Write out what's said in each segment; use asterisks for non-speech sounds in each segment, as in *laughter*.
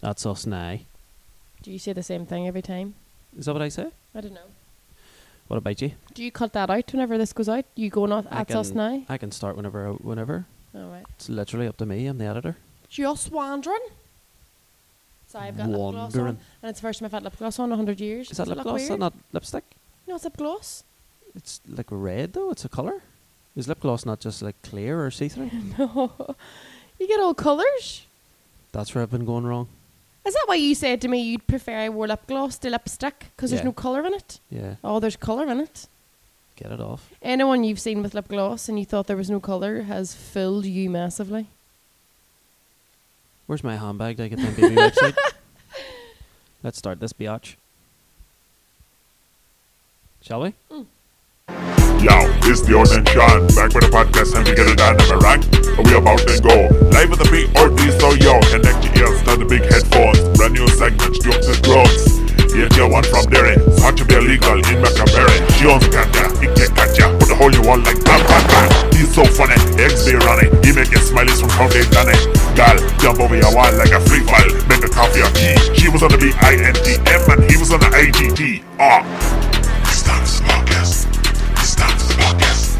That's us now. Do you say the same thing every time? Is that what I say? I don't know. What about you? Do you cut that out whenever this goes out? You go not I at us can- now? I can start whenever, I- whenever. All right. It's literally up to me. I'm the editor. Just wandering. Sorry, I've got lip gloss on, and Wandering. it's the first time I've had lip gloss on in hundred years. Is that Does it lip look gloss? Is that weird? not lipstick? No, it's lip gloss. *laughs* It's like red though. It's a color. Is lip gloss not just like clear or see *laughs* through? *laughs* No, you get all colours. That's where I've been going wrong. Is that why you said to me you'd prefer I wore lip gloss to lipstick because Yeah. there's no colour in it? Yeah, Oh, there's colour in it. get it off. Anyone you've seen with lip gloss and you thought there was no colour has filled you massively. Where's my handbag? Did I get the baby *laughs* website? Let's start this biatch. Shall we? Yo, it's the old and Sean back with a podcast and we get it done in Iraq. And we about to go live with the big OT, so yo, connect your ears to the big headphones. Brand new segment, jokes and drugs. Yeah, yeah, one from Derry. It's hard to be illegal in Macaberry. She owns Katya, he can't catch ya. Put a hole you all like bam, bam, bam. He's so funny, eggs be running. He make you smile, he's from how they done it. Gal, jump over your wall like a free file. Make a copy of he. She was on the B-I-N-T-M and he was on the A-G-T. Ah. It's time for the podcast. It's time for the podcast.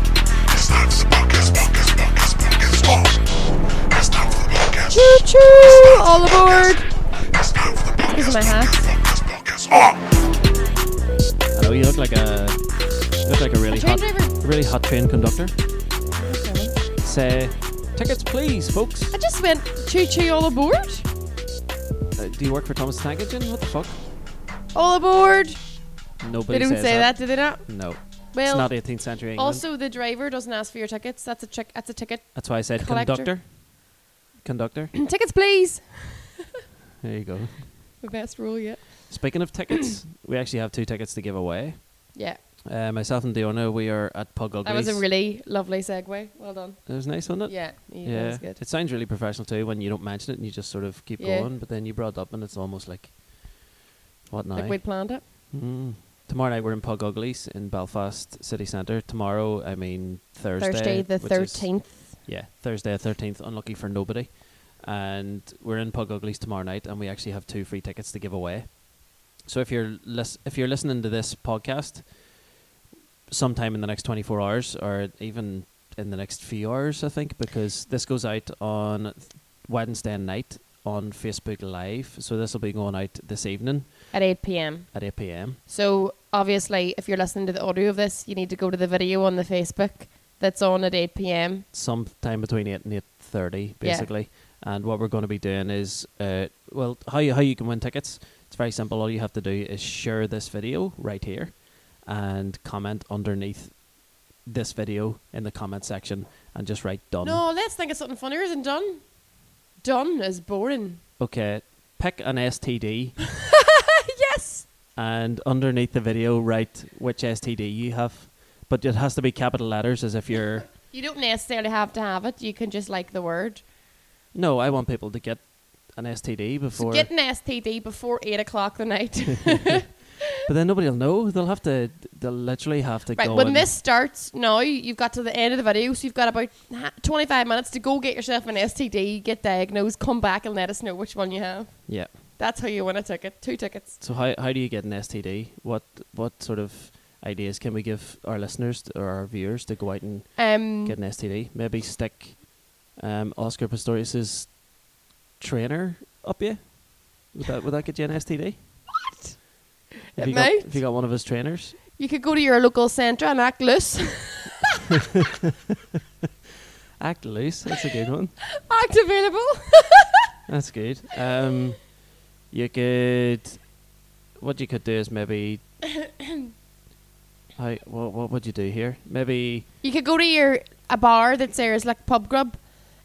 It's time for the podcast, podcast, podcast, podcast. Oh, it's time for the podcast. Choo choo! All aboard! It's time for the podcast. Here's my hat. Podcast, podcast. Oh, I know you look like a you look like a really train hot, driver. really hot train conductor. Say, tickets, please, folks. I just went choo choo all aboard. Uh, do you work for Thomas Tank Engine? What the fuck? All aboard. Nobody They don't says say that, do they not? No, it's Well, not 18th century England. also the driver doesn't ask for your tickets. That's a trick. That's a ticket. *clears throat* That's why I said collector. conductor. Conductor. tickets, please. There you go. The best rule yet. Speaking of tickets, we actually have two tickets to give away. Yeah, Uh, myself and Diona, we are at Pug that was a really lovely segue. Well done. It was nice, wasn't it? Yeah, yeah, that was good. It sounds really professional too when you don't mention it and you just sort of keep Yeah. going, but then you brought it up and it's almost like, what now? Like we'd planned it. Mm. Tomorrow night we're in Pug Uglies in Belfast City Centre. Tomorrow, I mean Thursday. Thursday, the which is- thirteenth. Yeah, Thursday the thirteenth. Unlucky for nobody. And we're in Pug Uglies tomorrow night, and we actually have two free tickets to give away. So if you're lis- if you're listening to this podcast, sometime in the next twenty four hours, or even in the next few hours, I think, because this goes out on th- Wednesday night on Facebook Live. So this will be going out this evening at eight p.m. at eight pm. So obviously, if you're listening to the audio of this, you need to go to the video on the Facebook that's on at eight p.m. sometime between eight and eight thirty, Yeah. basically. And what we're going to be doing is, uh, well, how you, how you can win tickets? It's very simple. All you have to do is share this video right here, and comment underneath this video in the comment section, and just write done. No, let's think of something funnier than done. Done is boring. Okay, pick an STD, yes. and underneath the video write which STD you have, but it has to be capital letters, as if you're. You don't necessarily have to have it. You can just like the word. No, I want people to get an STD before. So get an STD before eight o'clock the night. But then nobody will know. They'll have to. They'll literally have to *laughs* Right, go. when and- this starts now, you've got to the end of the video, so you've got about ha- 25 minutes to go get yourself an STD, get diagnosed, come back and let us know which one you have. Yeah. That's how you win a ticket. Two tickets. So how how do you get an STD? What what sort of ideas can we give our listeners t- or our viewers to go out and Um, get an STD? Maybe stick um, Oscar Pistorius's trainer up you. Would that would that get you an STD? *laughs* what? If It you got, might. if you got one of his trainers, You could go to your local centre and act loose. *laughs* act loose. That's a good one. act available. *laughs* That's good. Um, you could. What you could do is maybe. I what what would you do here? Maybe you could go to your a bar that's there is like pub grub.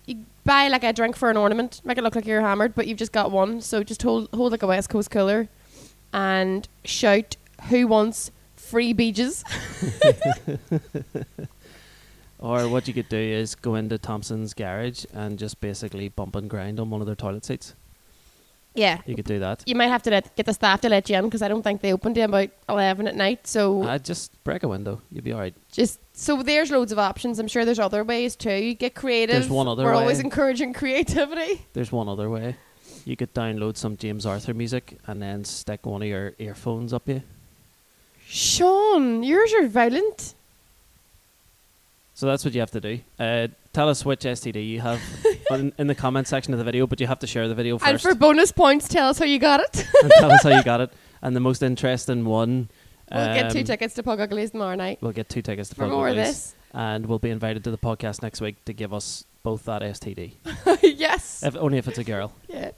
You buy like a drink for an ornament, make it look like you're hammered, but you've just got one. So just hold hold like a West Coast cooler, and shout who wants free beaches. or what you could do is go into Thompson's garage and just basically bump and grind on one of their toilet seats. Yeah. You could do that. You might have to let, get the staff to let you in because I don't think they opened till about 11 at night. So Uh, just break a window. You'll be all right. just so there's loads of options. I'm sure there's other ways too. Get creative. one other We're always way. encouraging creativity. There's one other way. You could download some James Arthur music and then stick one of your earphones up you. Sean, yours are violent. So that's what you have to do. Uh, tell us which STD you have in, in the comment section of the video, but you have to share the video first And for bonus points, tell us how you got it. *laughs* and tell us how you got it. And the most interesting one. we'll get two um, tickets to Pug Uglies tomorrow night. We'll get two tickets to For Plug more of Uglies. this. and we'll be invited to the podcast next week to give us both that STD. *laughs* yes. if, only if it's a girl. yeah.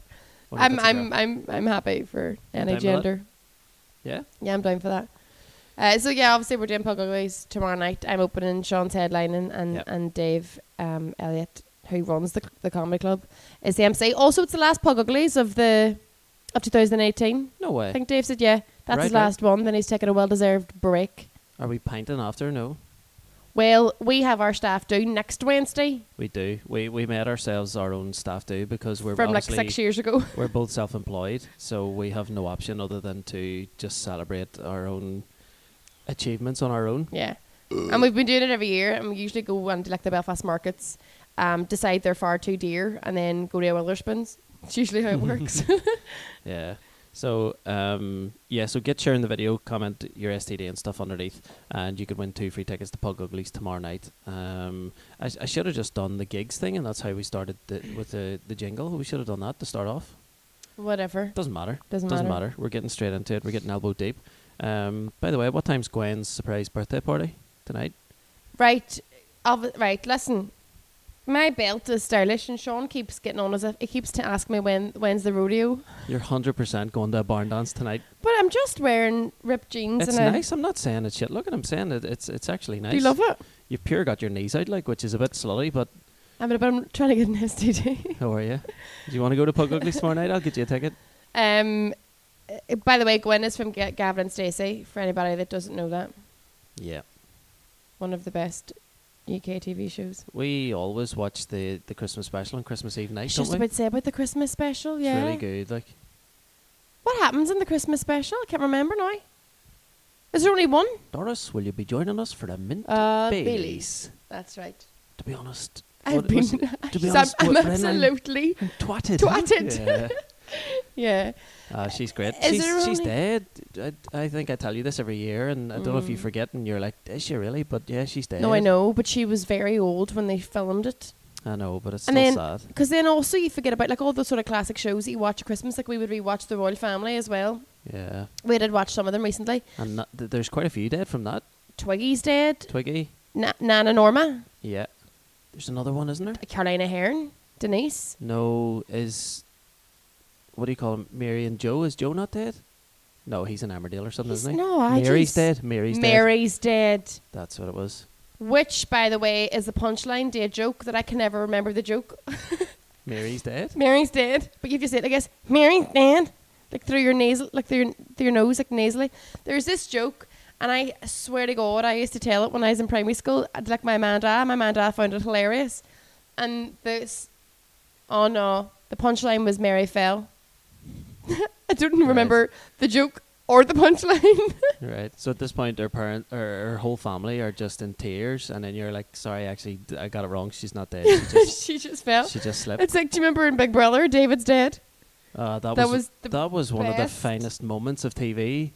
Only if I'm it's a I'm girl. I'm I'm happy for any down for that? gender. Yeah. Yeah, I'm down for that. Uh, so yeah, obviously we're doing Pug Uglies tomorrow night. I'm opening, Sean's headlining, and Yep. and Dave um, Elliott, who runs the the comedy club, is the MC. Also, it's the last Pug Uglies of the of 2018. No way. I think Dave said, yeah, that's his Right, right. last one. Then he's taking a well deserved break. Are we pinting after? No, Well, we have our staff due next Wednesday we do. We we made ourselves our own staff do because we're from like obviously six years ago. *laughs* we're both self-employed, so we have no option other than to just celebrate our own achievements on our own. Yeah. Uh. And we've been doing it every year, and we usually go and like the Belfast markets, um, decide they're far too dear, and then go to a Witherspoons. It's usually how it *laughs* works. *laughs* Yeah. So um yeah, so get sharing the video, comment your STD and stuff underneath, and you could win two free tickets to Pug Uglies tomorrow night. Um, I, sh- I should have just done the gigs thing, and that's how we started the, with the the jingle. We should have done that to start off. Whatever. Doesn't matter. Doesn't matter. matter. We're getting straight into it. We're getting elbow deep. Um, by the way, what time's Gwen's surprise birthday party tonight? Right. Of, right. Listen, my belt is stylish, and Sean keeps getting on as if he keeps to ask me when when's the rodeo. You're hundred percent going to a barn dance tonight. But I'm just wearing ripped jeans. It's and nice. I'm not saying it's shit. Look at him saying it. It's it's actually A, nice. do you love it? You've pure got your knees out, like which is a bit slutty, but I mean, but I'm trying to get an *laughs* STD. How are you? Do you want to go to Pug Ugly tomorrow night? I'll get you a ticket. um. uh, By the way, Gwen is from Ga- Gavin and Stacey. For anybody that doesn't know that. Yeah. one of the best UK TV shows. We always watch the, the Christmas special on Christmas Eve night, It's don't just we? about to say about the Christmas special, It's yeah. really good. Like What happens in the Christmas special? I can't remember now. Is there only one? Doris, will you be joining us for the mint Uh, Baileys? Baileys. That's right. To be honest, I've what it was- *laughs* been. to be I'm- honest, I'm, what Brennan- absolutely. twatted. *laughs* Twatted. Yeah. Yeah. Uh, she's great. Is she's there she's only- dead. I, I think I tell you this every year, and I don't know if you forget, and you're like, is she really? But yeah, she's dead. Mm. No, I know, but she was very old when they filmed it. I know, but it's And still then- sad. Because then also you forget about like all the sort of classic shows that you watch at Christmas. Like we would rewatch The Royal Family as well. Yeah. We did watch some of them recently. And not, th- there's quite a few dead from that. Twiggy's dead. Twiggy. Na- Nana Norma. Yeah. There's another one, isn't there? Carolina Hearn. Denise. No, is what do you call him? Mary and Joe. Is Joe not dead? No, he's in Armadale or something, He's- isn't he? no, I Mary's just- dead. Mary's dead. Mary's dead. That's what it was. Which, by the way, is the punchline to a joke that I can never remember the joke. *laughs* Mary's dead. Mary's dead, but you have to say it, I guess. Mary's dead, like through your nasal, like through your, through your nose, like nasally. There's this joke, and I swear to God, I used to tell it when I was in primary school. I'd Like my man, and dad, my man, and dad found it hilarious, and this, oh no, the punchline was Mary fell. *laughs* I don't Right. remember the joke or the *laughs* punchline. *laughs* Right. So at this point, her parent or her whole family are just in tears, and then you're like, "Sorry, actually, d- I got it wrong. She's not dead. She *laughs* just, she just fell. she just slept." It's like, do you remember in Big Brother, David's dead? Uh, that, that was was the that was one of the best. finest moments of TV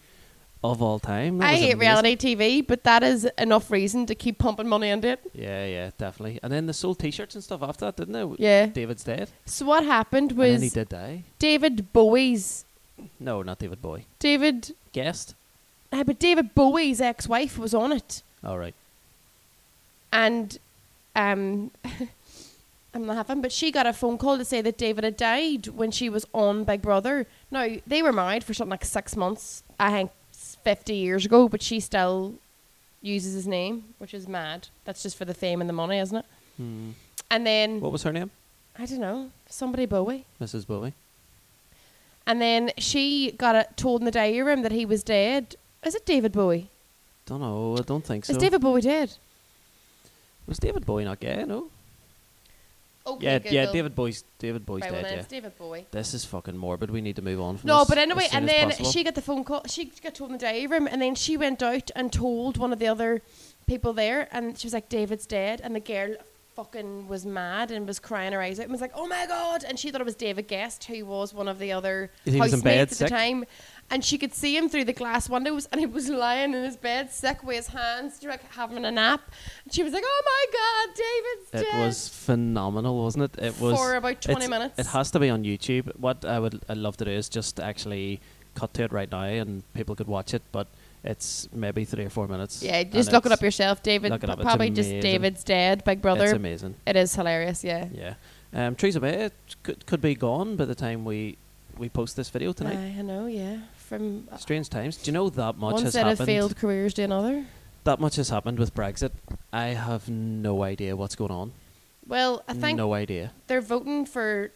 of all time. That I was hate amazing. reality TV, but that is enough reason to keep pumping money into it. Yeah, yeah, definitely. And then they sold T-shirts and stuff after that, didn't they? Yeah. David's dead, So what happened and then he was did die. David Bowie's No, not David Boy. David, Guest. uh, but David Bowie's ex-wife was on it, All right. and um, *laughs* I'm not having, but she got a phone call to say that David had died when she was on Big Brother. Now they were married for something like six months, I think, s- fifty years ago, but she still uses his name, which is mad. That's just for the fame and the money, isn't it? Hmm. And then What was her name? I don't know, somebody Bowie. Mrs. Bowie. And then she got it told in the diary room that he was dead. Is it David Bowie? Don't know. I don't think so. Is David Bowie dead? was David Bowie not gay? No. Oh, yeah, yeah. David Bowie's David Bowie's dead. Yeah. David Bowie. This is fucking morbid. We need to move on. From No, this but as anyway, soon and as then possible. she got the phone call. She got told in the diary room, and then she went out and told one of the other people there, and she was like, "David's dead," and the girl fucking was mad and was crying her eyes out and was like, "Oh my god!" And she thought it was David Guest, who was one of the other You think he was in bed housemates at the sick? time. And she could see him through the glass windows, and he was lying in his bed, sick with his hands, like having a nap. And she was like, "Oh my god, It David's dead!" was phenomenal, wasn't it? It was For about 20 it's- minutes. It has to be on YouTube. What I would I'd love to do is just actually cut to it right now, and people could watch it. But it's maybe three or four minutes. yeah, and just look it it's- up yourself, David. Look it up, it's Probably just amazing. David's dead, Big Brother. It's amazing. It is hilarious, yeah. Yeah, um, Theresa May it could could be gone by the time we we post this video tonight. I know, yeah. From uh, Strange times. Do you know that much one has set happened? of failed careers to another. That much has happened with Brexit. I have no idea what's going on. Well, I Mm, think no idea. they're voting for.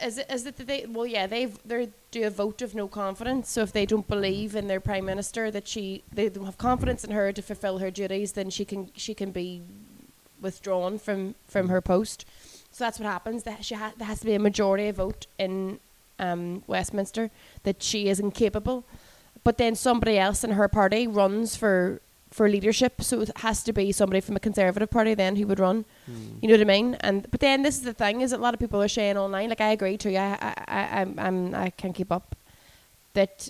Is it is it that they? Well, yeah, they they do a vote of no confidence. So if they don't believe in their prime minister that she they don't have confidence in her to fulfil her duties, then she can she can be withdrawn from from her post. So that's what happens. That she ha- there has to be a majority vote in um, Westminster that she is incapable. But then somebody else in her party runs for for leadership, so it has to be somebody from a conservative party then who would run. You know what I mean? And but then this is the thing is that a lot of people are saying online. Like I agree too. I I I I'm, I'm I can't keep up. That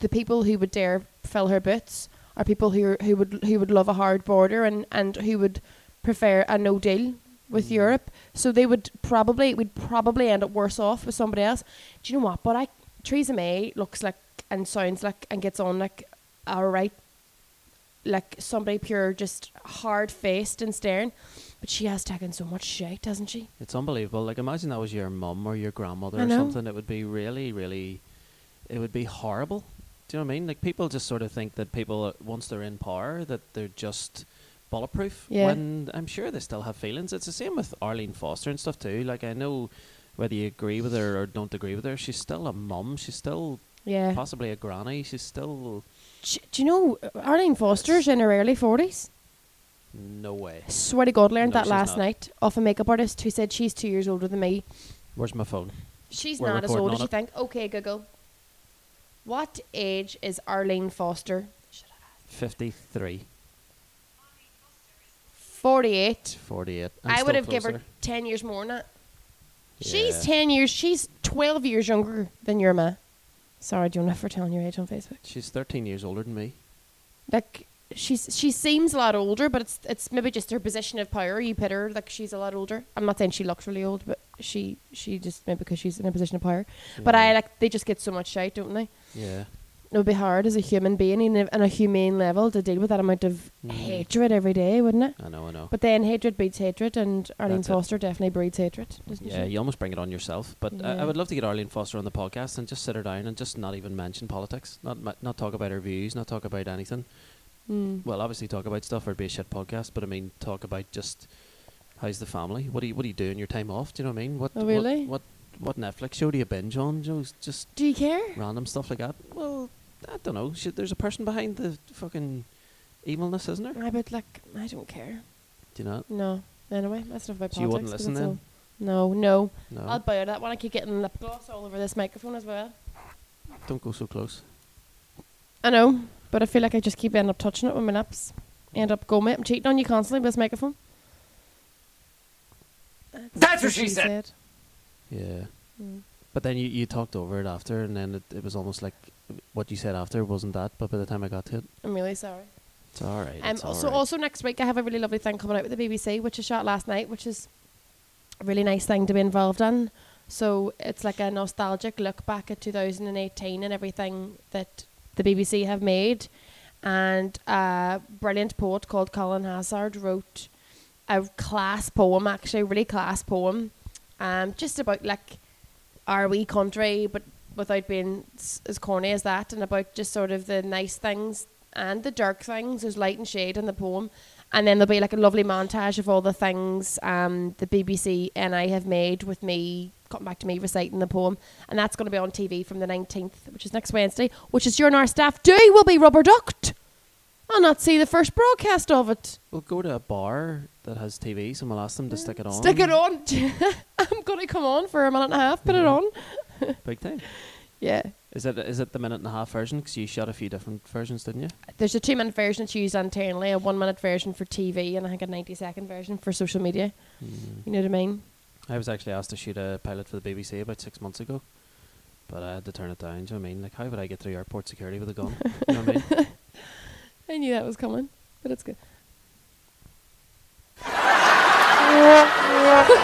the people who would dare fill her boots are people who are- who would who would love a hard border and and who would prefer a no deal with Europe. So they would probably we'd probably end up worse off with somebody else. Do you know what? But I Theresa May looks like and sounds like and gets on like all right like somebody pure just hard faced and staring. But she has taken so much shit, hasn't she? It's unbelievable. Like imagine that was your mum or your grandmother I or know. something. It would be really, really, it would be horrible. Do you know what I mean? Like people just sort of think that people uh, once they're in power that they're just bulletproof. Yeah. When I'm sure they still have feelings. It's the same with Arlene Foster and stuff too. Like I know whether you agree with her or don't agree with her, she's still a mum. She's still Yeah. possibly a granny. She's still Do, do you know Arlene Foster's in her early forties? no way. Swear to God, learned No, that she's last not. night off a makeup artist who said she's two years older than me. Where's my phone? She's We're not as recording old on as you it. think. Okay, Google. What age is Arlene Foster? Fifty-three. Forty-eight. 48. I'm i still would have given her closer. ten years more than that. She's Yeah. ten years. She's twelve years younger than your ma. Sorry, Jonah, for telling your age on Facebook. She's 13 years older than me. like she's she seems a lot older, but it's it's maybe just her position of power. You put her like she's a lot older. I'm not saying she looks really old, but she she just maybe because she's in a position of power. But Yeah. I like they just get so much shite, don't they? Yeah. It would be hard as a human being in a, on a humane level to deal with that amount of Mm. hatred every day, wouldn't it? I know, I know. But then hatred breeds hatred, and Arlene That's it. Foster definitely breeds hatred. Doesn't yeah, she? you almost bring it on yourself. But I, Yeah. I would love to get Arlene Foster on the podcast and just sit her down and just not even mention politics. Not ma- not talk about her views, not talk about anything. Mm. Well, obviously talk about stuff or it'd be a shit podcast, but I mean talk about just how's the family? What do you what do you do in your time off? Do you know what I mean? What Oh, what- really? what what, Netflix show do you binge on? You know, it's just Do you care? random stuff like that. Well, I don't know. Shit, there's a person behind the fucking evilness, isn't there? I would like I don't care. Do you know? No. Anyway, that's enough about So you wouldn't politics. 'cause listen it's then? all- No, no. No. I'll bow that one. I keep getting lip gloss all over this microphone as well. Don't go so close. I know, but I feel like I just keep ending up touching it with my lips. End up going, mate. I'm cheating on you constantly with this microphone. That's, what she said. Yeah. Mm. But then you, you talked over it after, and then it, it was almost like what you said after wasn't that, but by the time I got to it, I'm really sorry. it's all right. Um, it's all so right. also next week I have a really lovely thing coming out with the BBC, which I shot last night, which is a really nice thing to be involved in. So it's like a nostalgic look back at 2018 and everything that the BBC have made. And a brilliant poet called Colin Hazard wrote a class poem, actually, a really class poem, um, just about like our wee country, but without being s- as corny as that, and about just sort of the nice things and the dark things. There's light and shade in the poem, and then there'll be like a lovely montage of all the things um, the BBC and I have made with me coming back to me reciting the poem, and that's going to be on TV from the 19th, which is next Wednesday, which is during our staff day will be rubber ducked. I'll not see the first broadcast of it. We'll go to a bar that has TVs, and we'll ask them to stick it on. *laughs* Stick it on. I'm going to come on for a minute and a half. Put it on. Big thing. Yeah. Is it is it the minute and a half version? Because you shot a few different versions, didn't you? There's a two minute version that's used internally, a one minute version for TV, and I think a 90 second version for social media. Hmm. You know what I mean? I was actually asked to shoot a pilot for the BBC about six months ago, but I had to turn it down. Do you know what I mean? Like, how would I get through airport security with a gun? you know what I mean? I knew that was coming, but it's good. *laughs* I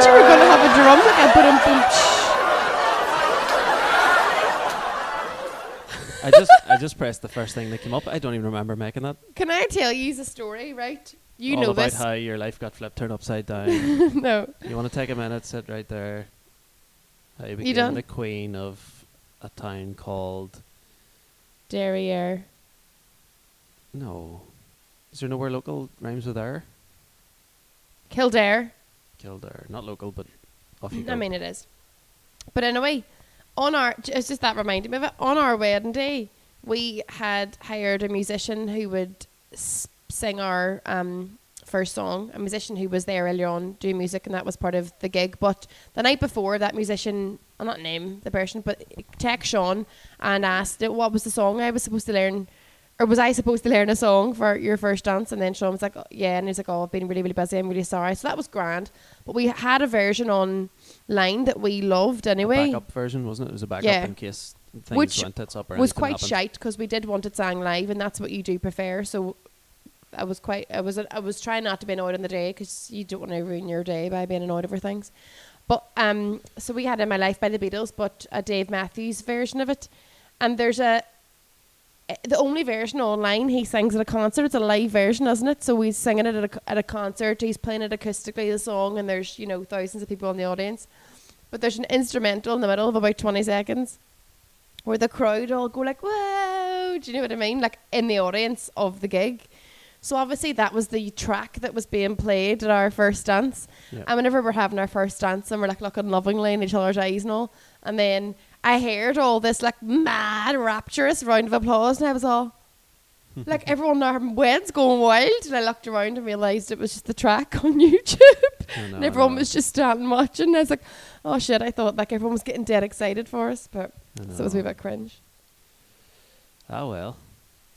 thought you were going to have a drum like I put on I boom. just I just pressed the first thing that came up. I don't even remember making that. Can I tell you a story, right? You All know about this. how your life got flipped, turned upside down. *laughs* no. you want to take a minute, sit right there. How you became done? the queen of a town called Derriere. no. Is there nowhere local rhymes with air? Kildare. Kildare, not local, but off you go. Mm, I mean, it is. But anyway, on our j- it's just that reminded me of it. On our wedding day, we had hired a musician who would s- sing our um, first song. A musician who was there earlier on doing music, and that was part of the gig. But the night before, that musician, I'm not name the person, but text Sean and asked it what was the song I was supposed to learn. Or was I supposed to learn a song for your first dance? And then Sean was like, oh, "Yeah," and he's like, "Oh, I've been really, really busy. I'm really sorry." So that was grand. But we had a version online that we loved A anyway. backup version, wasn't it? It was a backup Yeah. in case things Which went tits up or was anything quite happened. shite because we did want it sang live, and that's what you do prefer. So I was quite, I was, I was trying not to be annoyed on the day because you don't want to ruin your day by being annoyed over things. But um, so we had "In My Life" by the Beatles, but a Dave Matthews version of it, and there's a eh, the only version online he sings at a concert. It's a live version, isn't it? So he's singing it at a, at a concert. He's playing it acoustically, the song, and there's you know thousands of people in the audience. But there's an instrumental in the middle of about twenty seconds, where the crowd all go like, "Whoa!" Do you know what I mean? Like in the audience of the gig. So obviously that was the track that was being played at our first dance. Yeah. And whenever we're having our first dance and we're like looking lovingly in each other's eyes and all, and then I heard all this like mad rapturous round of applause and I was all like everyone in our wed's going wild and I looked around and realised it was just the track on *laughs* YouTube. I know, and I everyone know. was just standing watching. And I was like, Oh shit, I thought like everyone was getting dead excited for us, but I so it was a wee know. bit cringe. Ah well,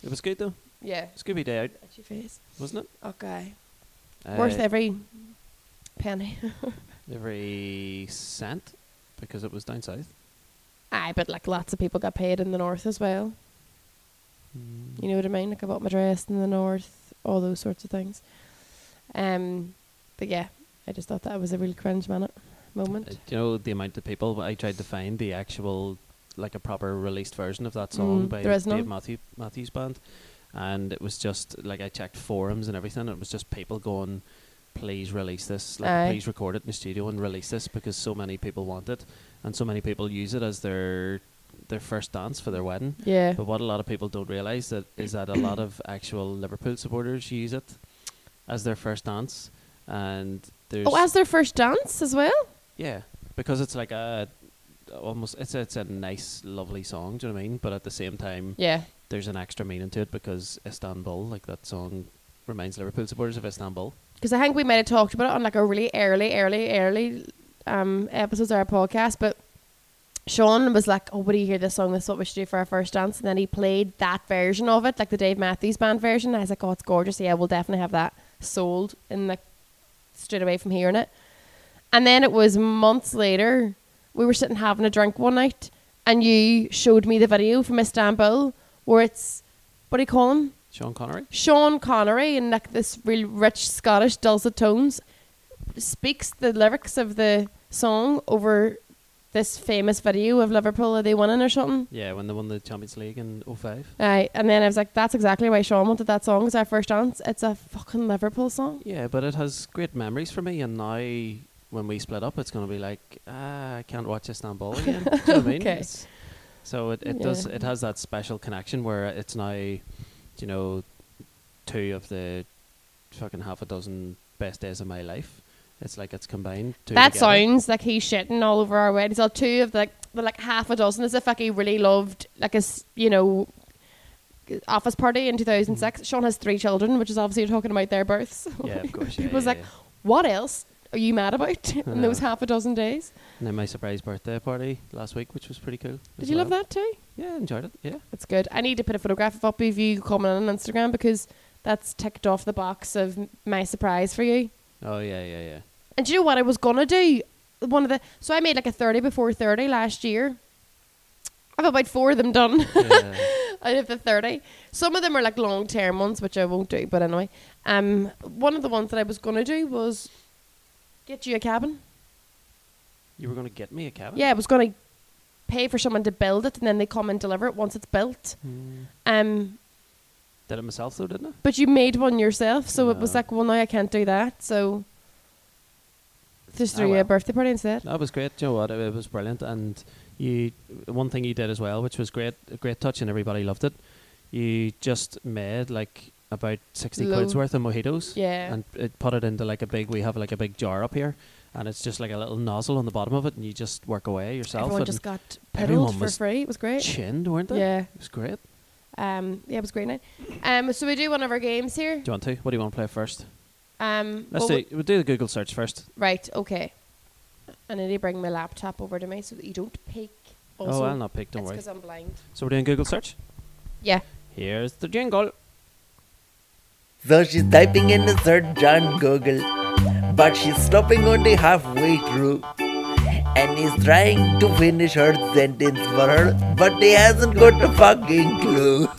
it was good though. Yeah. Scooby Day out, At your face. wasn't it? Okay. Uh, Worth every penny. *laughs* every cent because it was down south. Aye, but like lots of people got paid in the north as well. Mm. You know what I mean? Like I bought my dress in the north, all those sorts of things. Um, but yeah, I just thought that was a real cringe minute Uh, moment. do you know the amount of people I tried to find the actual like a proper released version of that song Mm, by there is Dave none. Matthew Matthews band, and it was just like I checked forums and everything. and It was just people going, "Please release this! Like, Aye. please record it in the studio and release this because so many people want it, and so many people use it as their their first dance for their wedding." yeah. But what a lot of people don't realise that is that a lot of actual Liverpool supporters use it as their first dance, and there's Oh, as their first dance as well. yeah, because it's like a almost it's it's a nice, lovely song. Do you know what I mean? But at the same time, Yeah. there's an extra meaning to it because Istanbul, like that song, reminds Liverpool supporters of Istanbul. Because I think we might have talked about it on like a really early, early, early um episodes of our podcast, but Sean was like, "Oh, would you hear this song? This is what we should do for our first dance." And then he played that version of it, like the Dave Matthews Band version. I was like, "Oh, it's gorgeous! Yeah, we'll definitely have that sold." And like straight away from hearing it, and then it was months later we were sitting having a drink one night, and you showed me the video from Istanbul where it's what do you call him? Sean Connery. Sean Connery in like this real rich Scottish dulcet tones speaks the lyrics of the song over this famous video of Liverpool are they winning or something. Yeah, when they won the Champions League in 05. Aye, and then I was like, that's exactly why Sean wanted that song as our first dance. It's a fucking Liverpool song. Yeah, but it has great memories for me, and now when we split up, it's going to be like ah, I can't watch Istanbul again. Do you *laughs* know what I mean? Okay. It's- so it, it Yeah. does it has that special connection where it's now, you know, two of the fucking half a dozen best days of my life. It's like it's combined. Two that together. sounds like he's shitting all over our wedding. He's all two of the, like, the like half a dozen as if like he really loved like his you know office party in 2006. Sean has three children, which is obviously talking about their births. *laughs* Yeah, of course. Yeah, People's yeah, like, yeah. What else are you mad about *laughs* in those Yeah. half a dozen days? And then my surprise birthday party last week, which was pretty cool. Did you love that too? Yeah, enjoyed it. Yeah. That's good. I need to put a photograph up of you comment on Instagram because that's ticked off the box of m- my surprise for you. Oh yeah, yeah, *laughs* yeah. And do you know what I was gonna do? One of the so I made like a thirty before thirty last year. I've about four of them done *laughs* Yeah. out of the thirty. Some of them are like long term ones, which I won't do. But anyway, um, one of the ones that I was gonna do was get you a cabin. you were gonna get me a cabin. Yeah, I was gonna pay for someone to build it, and then they come and deliver it once it's built. Mm. Um, Did it myself though, didn't I? But you made one yourself, so it was No. like, well, no, I can't do that. So just Ah, threw you a well. birthday party instead. That was great. You know what? It, it was brilliant. And you, one thing you did as well, which was great, a great touch, and everybody loved it. You just made like about sixty quid's Loads. worth of mojitos. Yeah. And it put it into like a big. We have like a big jar up here, and it's just like a little nozzle on the bottom of it, and you just work away yourself. Everyone and just got everyone piddled for was free. It was great. chinned, weren't they? Yeah. It was great. Um, yeah, it was a great night. Um, so we do one of our games here. Do you want to? What do you want to play first? Um, Let's well, do. We'll do the Google search first. we- right, okay. I need to bring my laptop over to me so that you don't peek. Also, oh, I'll not pick. Don't worry. because I'm blind. So we're doing Google search. Yeah. Here's the jingle. So she's typing in a search on Google, but she's stopping only halfway through. And he's trying to finish her sentence for her, but he hasn't got a fucking clue. *laughs*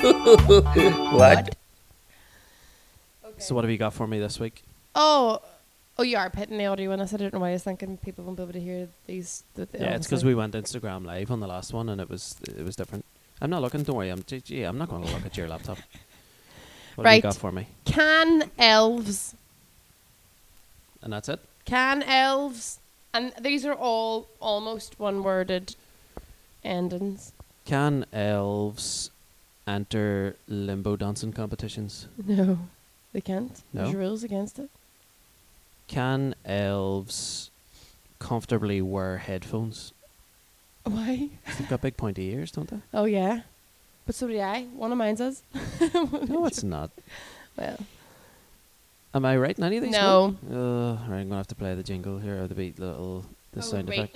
what? So what have you got for me this week? Oh, oh, you are pitting the audio on us. I don't know why I was thinking people won't be able to hear these. The, the Yeah, it's 'cause we went Instagram live on the last one, and it was it was different. I'm not looking. Don't worry. I'm j- yeah. I'm not going to look at your laptop. What have you Right. got for me? can elves And that's it. Can elves, and these are all almost one worded endings. Can elves enter limbo dancing competitions? No, they can't. There's No? rules against it. Can elves comfortably wear headphones? Why? 'Cause They've got big pointy ears, don't they? Oh yeah, but so do I. One of mine does. No, it's not. *laughs* well, Am I right in any of these? No. Uh, right, I'm gonna have to play the jingle here or the beat, little Oh, the sound effect.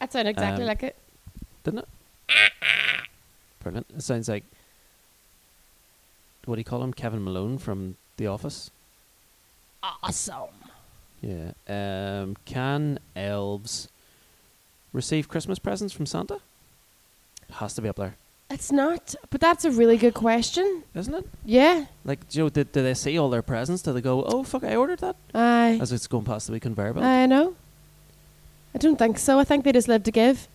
that sounded exactly Um, like it. Didn't it? Brilliant. It sounds like what do you call him? Kevin Malone from The Office. Awesome. Yeah. Um, can elves receive Christmas presents from Santa? Has to be up there, It's not, but that's a really good question. isn't it? Yeah. Like, Joe, did, do they see all their presents? Do they go, oh fuck, I ordered that? I. As it's going past the wee conveyor belt. I know. I don't think so. I think they just live to give.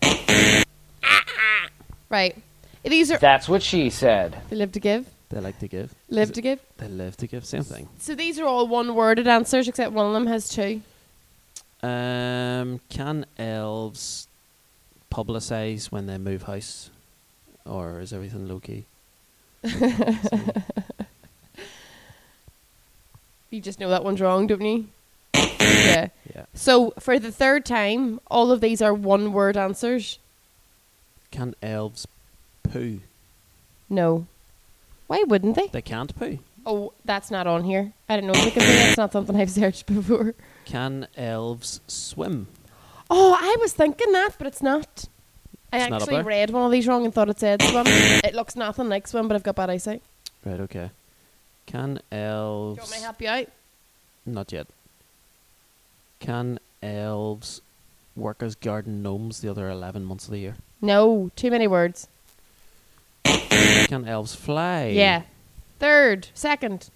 right. These are That's what she said. they live to give. they like to give. Live Is to it- give. They live to give. Same thing. So these are all one-worded answers, except one of them has two. Um, can elves publicize when they move house, or is everything low key? You just know that one's wrong, don't you? yeah. Yeah. So for the third time, all of these are one-word answers. Can elves poo? No. Why wouldn't they? They can't poo. Oh, that's not on here. I don't know if they can do that. It's not something I've searched before. Can elves swim? Oh, I was thinking that, but it's not. I It's not up actually there? read one of these wrong and thought it said *coughs* swim. it looks nothing like swim, but I've got bad eyesight. Right. Okay. Can Do you elves? want me to help you out? Not yet. Can elves work as garden gnomes the other eleven months of the year? No, too many words. Can elves fly? Yeah. Third, second.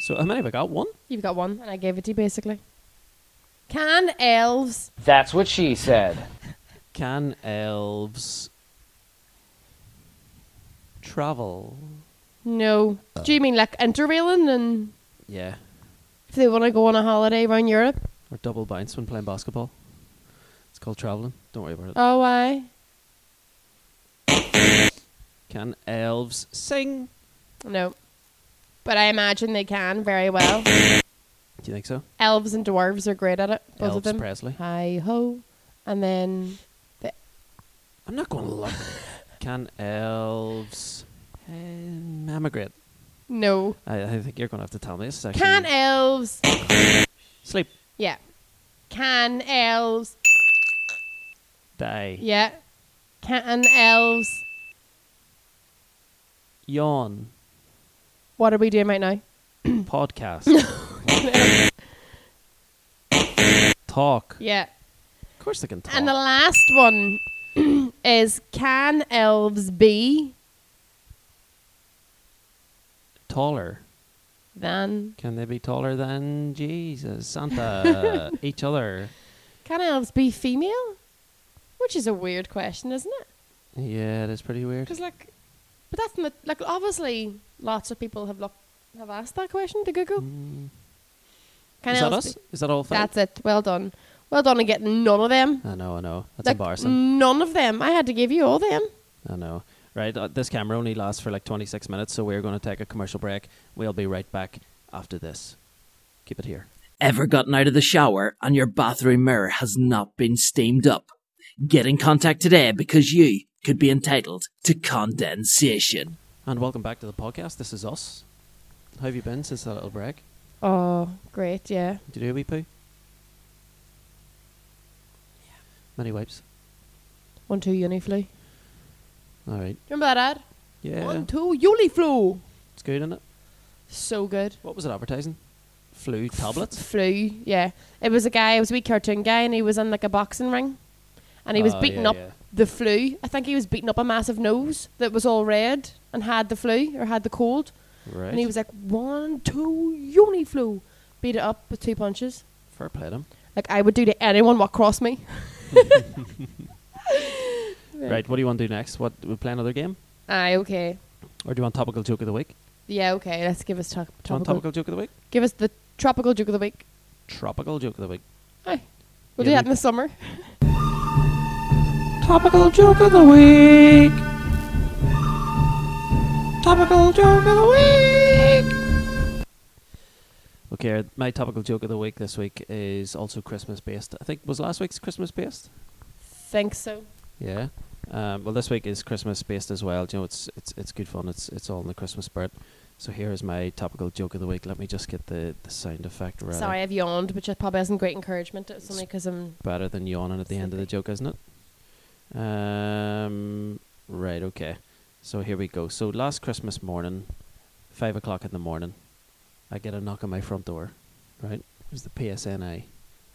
So how many have I got? One. You've got one, and I gave it to you basically. Can elves? That's what she said. Can elves travel? No. Do you mean like interrailing and Yeah. if they want to go on a holiday around Europe? Or double bounce when playing basketball. It's called traveling. Don't worry about it. Oh, why? Can elves sing? No. But I imagine they can very *coughs* well. Do you think so? Elves and dwarves are great at it. Both of elves them. Presley. Hi ho, and then the I'm *laughs* not going to look. Can elves um, eh, emigrate? No. I, I think you're going to have to tell me. This is actually Can elves. sleep Yeah. Can elves. die Yeah. Can elves. yawn *clears throat* What are we doing right now? *coughs* podcast talk? Yeah. Of course they can talk. And the last one *coughs* is can elves be Taller. than Can they be taller than Jesus, *laughs* Santa, each other? can elves be female? Which is a weird question, isn't it? Yeah, it is pretty weird. Because like, but that's not, like obviously lots of people have looked have asked that question to Google. Can Mm. is that elves us? be- Is that all? That's it. Well done. Well done on getting none of them. I know, I know. That's Like, mm. embarrassing. None of them. I had to give you all them. I know. Right, uh, this camera only lasts for like 26 minutes, so we're going to take a commercial break. We'll be right back after this. Keep it here. Ever gotten out of the shower and your bathroom mirror has not been steamed up? Get in contact today because you could be entitled to condensation. And welcome back to the podcast. This is us. How have you been since that little break? Oh, great. Yeah. Did you do a wee poo? Yeah. Many wipes. One two uniflu. All right. Remember that ad? Yeah. One two uniflu. It's good, isn't it? So good. What was it advertising? Flu *laughs* tablets? Flu. Yeah. It was a guy. It was a wee cartoon guy, and he was in like a boxing ring, and he was Oh, beating yeah, up yeah. the flu. I think he was beating up a massive nose that was all red and had the flu or had the cold, Right. and he was like one two uniflu, beat it up with two punches. Fair play to him. Like I would do to anyone what crossed me. Right, what do you want to do next? What we play another game? Aye. Okay. Or do you want topical joke of the week? Yeah. Okay. Let's give us to- Do you want topical. topical joke of the week? Give us the tropical joke of the week. Tropical joke of the week. Aye. We'll do Yeah, that we- in the summer. Topical joke of the week. Topical joke of the week. Okay, my topical joke of the week this week is also Christmas based. I think was last week's Christmas based. Think so. Yeah. Um, well, this week is Christmas based as well. Do you know, it's it's it's good fun. It's it's all in the Christmas spirit. So here is my topical joke of the week. Let me just get the, the sound effect right. Sorry, I've yawned, which probably isn't great encouragement. It's only because I'm better than yawning at the end of the joke, isn't it? Um, right, okay. So here we go. So last Christmas morning, five o'clock in the morning, I get a knock on my front door. Right, it was the PSNI.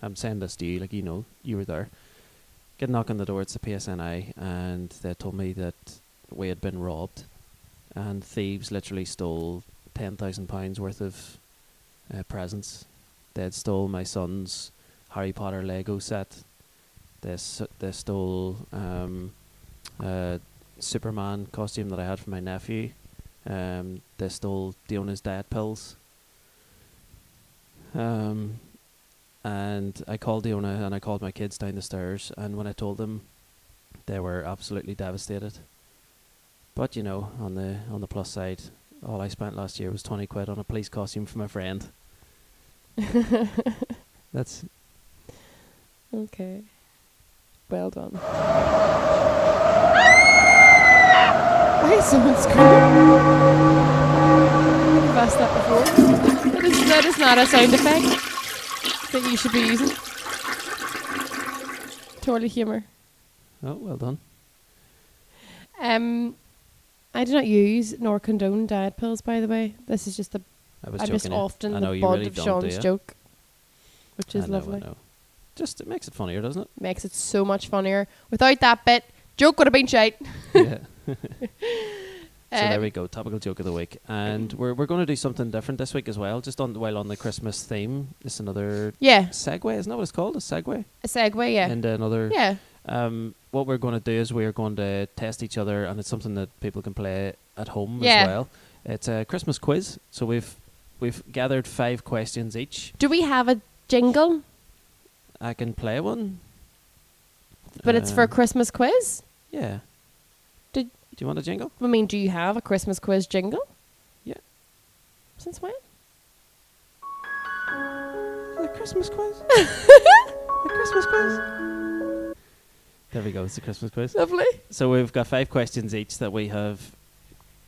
I'm saying this to you, like you know, you were there. Get a knock on the door. It's the PSNI, and they told me that we had been robbed, and thieves literally stole ten thousand pounds worth of uh, presents. They had stole my son's Harry Potter Lego set. They s- they stole um, uh, Superman costume that I had for my nephew. Um, they stole Diona's diet pills. Um, and I called Diona and I called my kids down the stairs. And when I told them, they were absolutely devastated. But you know, on the on the plus side, all I spent last year was twenty quid on a police costume for my friend. That's okay. Well *laughs* done. Why is someone screaming? I've asked that before. That is, that is not a sound effect that you should be using. Totally humor. oh well done. Um, I do not use nor condone diet pills. By the way, this is just the I was I joking. just often I the know you butt really of don't, do Sean's you? joke, which I is know, I lovely. know. Just it makes it funnier, doesn't *laughs* it? Makes it so much funnier. Without that bit, joke would have been shite. yeah. So there Um, we go, topical joke of the week, and uh, we're we're going to do something different this week as well. Just on while on the Christmas theme, it's another Yeah, segue, isn't that what it's called? A segue, a segue. Yeah, and another. yeah. Um, what we're going to do is we are going to test each other, and it's something that people can play at home Yeah. as well. It's a Christmas quiz, so we've we've gathered five questions each. Do we have a jingle? I can play one, But it's for a Um, Christmas quiz. Yeah. Did- do you want a jingle? I mean, do you have a Christmas quiz jingle? Yeah. Since when? The Christmas *laughs* quiz. the Christmas quiz. Oh. There we go. It's the Christmas quiz. Lovely. So we've got five questions each that we have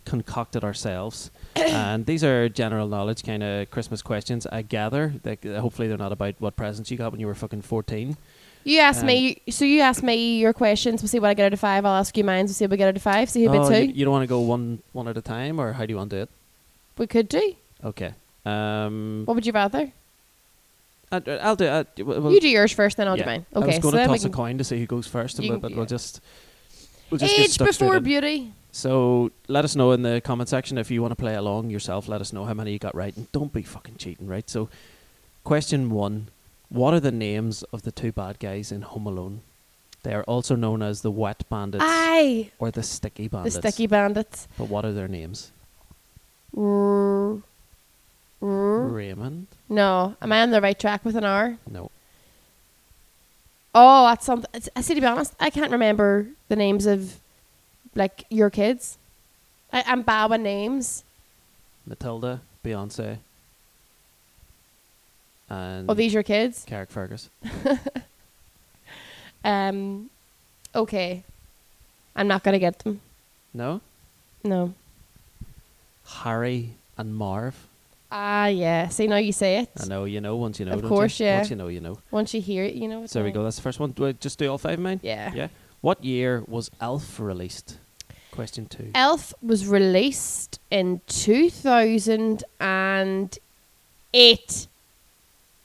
concocted *coughs* ourselves. and these are general knowledge kind of Christmas questions. I gather that uh, hopefully they're not about what presents you got when you were fucking fourteen. You ask Um, me, so you ask me your questions. We'll see what I get out of five. I'll ask you mine. We'll see what we get out of five. See who Oh, beats who. you, you don't want to go one one at a time, or how do you want to do it? we could do. Okay. Um, What would you rather? I, will do. I, well, you do yours first, then I'll yeah. do mine. I Okay, was so going to then we toss a can. coin to see who goes first, You but, can- but yeah. we'll just we'll just get Age stuck straight before in. beauty. So let us know in the comment section if you want to play along yourself. Let us know how many you got right, and don't be fucking cheating, right? So, question one: What are the names of the two bad guys in Home Alone? They are also known as the Wet Bandits Aye, or the Sticky the Bandits. sticky bandits. But what are their names? R- r- Raymond? no, am I on the right track with an R? No. Oh, that's something. it's- I see. To be honest, I can't remember the names of like your kids. I, I'm bad with names. Matilda, Beyonce, and Oh, Mm. these your kids. Carrick Fergus. Um, okay. I'm not gonna get them. No, No. Harry and Marv. Ah, yeah. See, now you say it. I know you know. Once you know, Of don't course, you? yeah. Once you know, you know. Once you hear it, you know. it's So there we on. go. That's the first one. Do I just do all five of mine? Yeah. Yeah. What year was Elf released? Question two. Elf was released in 2008.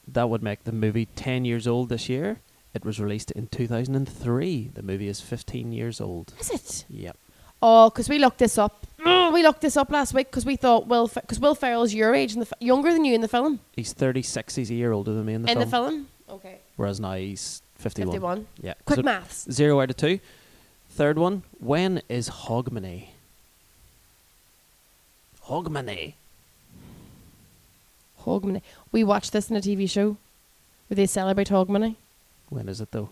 That would make the movie 10 years old this year. It was released in 2003. The movie is 15 years old. Is it? Yep. Oh, because we looked this up. Mm, we looked this up last week because we thought Will because Will Ferrell's your age and the f- younger than you in the film. He's 36. He's a year older than me in the, in film, the film. Okay. Whereas now he's 51. 51. Yeah. Quick So maths. Zero out of two. Third one. When is Hogmanay? Hogmanay. Hogmanay. We watched this in a TV show where they celebrate Hogmanay. When is it though?